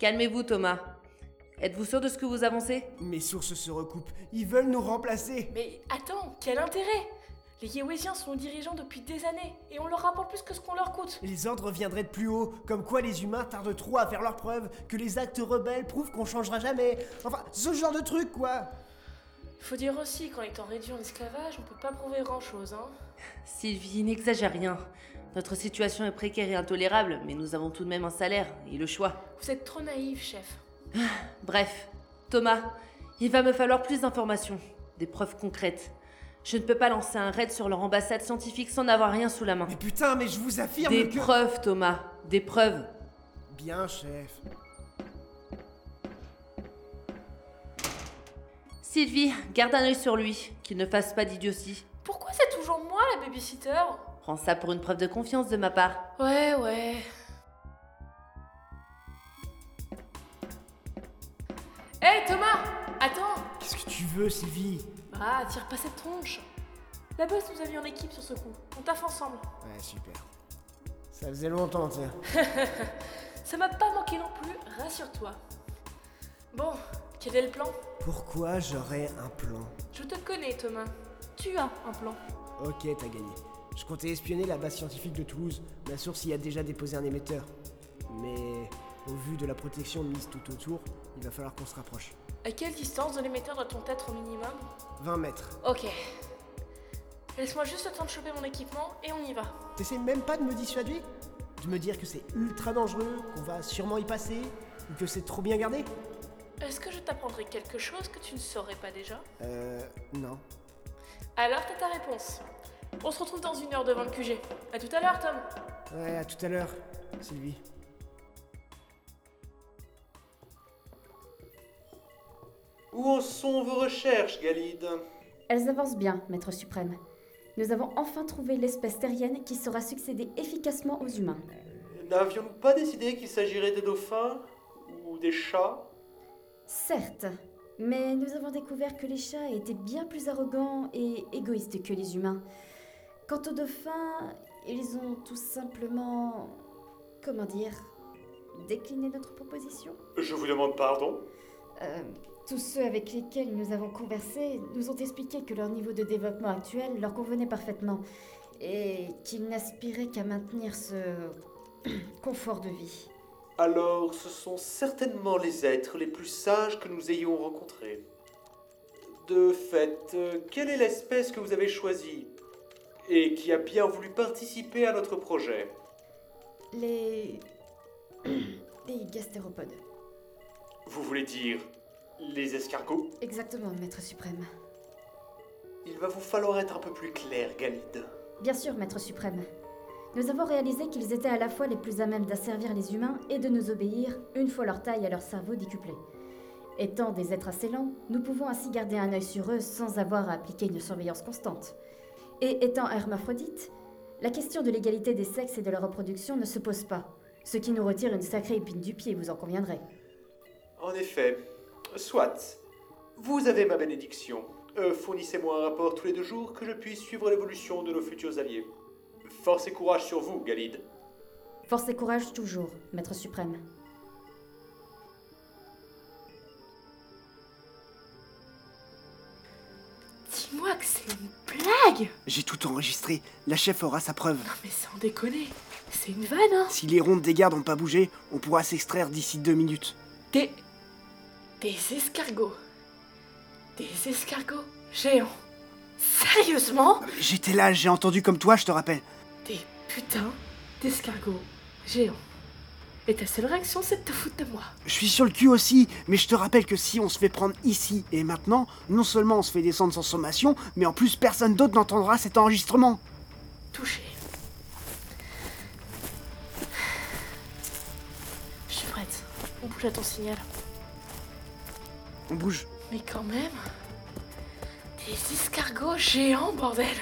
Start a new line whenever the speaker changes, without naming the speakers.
Calmez-vous, Thomas. Êtes-vous sûr de ce que vous avancez
Mes sources se recoupent, ils veulent nous remplacer
Mais attends, quel intérêt Les Yéwésiens sont dirigeants depuis des années, et on leur rapporte plus que ce qu'on leur coûte.
Les ordres viendraient de plus haut, comme quoi les humains tardent trop à faire leurs preuves, que les actes rebelles prouvent qu'on changera jamais. Enfin, ce genre de truc, quoi
Faut dire aussi qu'en étant réduit en esclavage, on peut pas prouver grand-chose, hein.
Sylvie, n'exagère rien. Notre situation est précaire et intolérable, mais nous avons tout de même un salaire et le choix.
Vous êtes trop naïf, chef.
Bref, Thomas, il va me falloir plus d'informations, des preuves concrètes. Je ne peux pas lancer un raid sur leur ambassade scientifique sans avoir rien sous la main.
Mais putain, mais je vous affirme
Des
que...
preuves, Thomas, des preuves.
Bien, chef.
Sylvie, garde un œil sur lui, qu'il ne fasse pas d'idiotie.
Pourquoi c'est toujours moi la babysitter
Prends ça pour une preuve de confiance de ma part.
Ouais, ouais. Hé Thomas Attends
Qu'est-ce que tu veux, Sylvie
Ah, tire pas cette tronche La boss nous a mis en équipe sur ce coup. On taffe ensemble.
Ouais, super. Ça faisait longtemps, tiens.
Ça m'a pas manqué non plus, rassure-toi. Bon, quel est le plan
Pourquoi j'aurais un plan
Je te connais, Thomas. Tu as un plan.
Ok, t'as gagné. Je comptais espionner la base scientifique de Toulouse. La source y a déjà déposé un émetteur. Mais au vu de la protection mise tout autour, il va falloir qu'on se rapproche.
À quelle distance de l'émetteur doit-on être au minimum
20 mètres.
Ok. Laisse-moi juste le temps de choper mon équipement et on y va.
T'essayes même pas de me dissuader De me dire que c'est ultra dangereux, qu'on va sûrement y passer, ou que c'est trop bien gardé
Est-ce que je t'apprendrai quelque chose que tu ne saurais pas déjà
Euh. Non.
Alors t'as ta réponse. On se retrouve dans une heure devant le QG. À tout à l'heure, Tom.
Ouais, à tout à l'heure, Sylvie.
Où en sont vos recherches, Galide
Elles avancent bien, Maître Suprême. Nous avons enfin trouvé l'espèce terrienne qui saura succéder efficacement aux humains.
N'avions-nous pas décidé qu'il s'agirait des dauphins ou des chats
Certes, mais nous avons découvert que les chats étaient bien plus arrogants et égoïstes que les humains. Quant aux dauphins, ils ont tout simplement... comment dire Décliné notre proposition
Je vous demande pardon
Euh, tous ceux avec lesquels nous avons conversé nous ont expliqué que leur niveau de développement actuel leur convenait parfaitement et qu'ils n'aspiraient qu'à maintenir ce confort de vie.
Alors, ce sont certainement les êtres les plus sages que nous ayons rencontrés. De fait, euh, quelle est l'espèce que vous avez choisie et qui a bien voulu participer à notre projet
Les... les gastéropodes.
Vous voulez dire les escargots
Exactement, Maître Suprême.
Il va vous falloir être un peu plus clair, Galide.
Bien sûr, Maître Suprême. Nous avons réalisé qu'ils étaient à la fois les plus à même d'asservir les humains et de nous obéir une fois leur taille à leur cerveau décuplée. Étant des êtres assez lents, nous pouvons ainsi garder un œil sur eux sans avoir à appliquer une surveillance constante. Et étant hermaphrodites, la question de l'égalité des sexes et de la reproduction ne se pose pas, ce qui nous retire une sacrée épine du pied, vous en conviendrez.
En effet, soit. Vous avez ma bénédiction. Euh, Fournissez-moi un rapport tous les deux jours que je puisse suivre l'évolution de nos futurs alliés. Force et courage sur vous, Galide.
Force et courage toujours, Maître Suprême.
Dis-moi que c'est une blague
J'ai tout enregistré. La chef aura sa preuve.
Ah, Mais sans déconner, c'est une vanne, hein
Si les rondes des gardes n'ont pas bougé, on pourra s'extraire d'ici deux minutes.
Des... Des escargots. Des escargots géants. Sérieusement
J'étais là, j'ai entendu comme toi, je te rappelle.
Des putains d'escargots géants. Et ta seule réaction, c'est de te foutre de moi.
Je suis sur le cul aussi, mais je te rappelle que si on se fait prendre ici et maintenant, non seulement on se fait descendre sans sommation, mais en plus personne d'autre n'entendra cet enregistrement.
Touché. Je suis prête. On bouge à ton signal.
On bouge.
Mais quand même... Des escargots géants, bordel